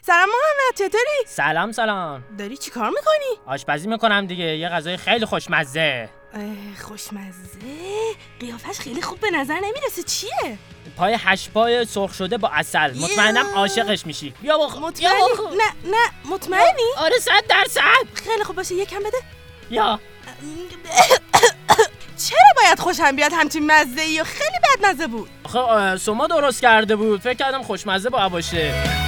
سلام محمد چطوری؟ سلام سلام داری چیکار میکنی؟ آشپزی میکنم دیگه یه غذای خیلی خوشمزه اه، خوشمزه قیافش خیلی خوب به نظر نمیرسه چیه؟ پای هشت پای سرخ شده با اصل مطمئنم عاشقش میشی بیا بخ مطمئنی؟ بیا بخ- نه نه مطمئنی؟ آره صد درصد خیلی خوب باشه یکم بده یا چرا باید خوشم بیاد همچین مزه ای و خیلی بد مزه بود خب سما درست کرده بود فکر کردم خوشمزه با عباشه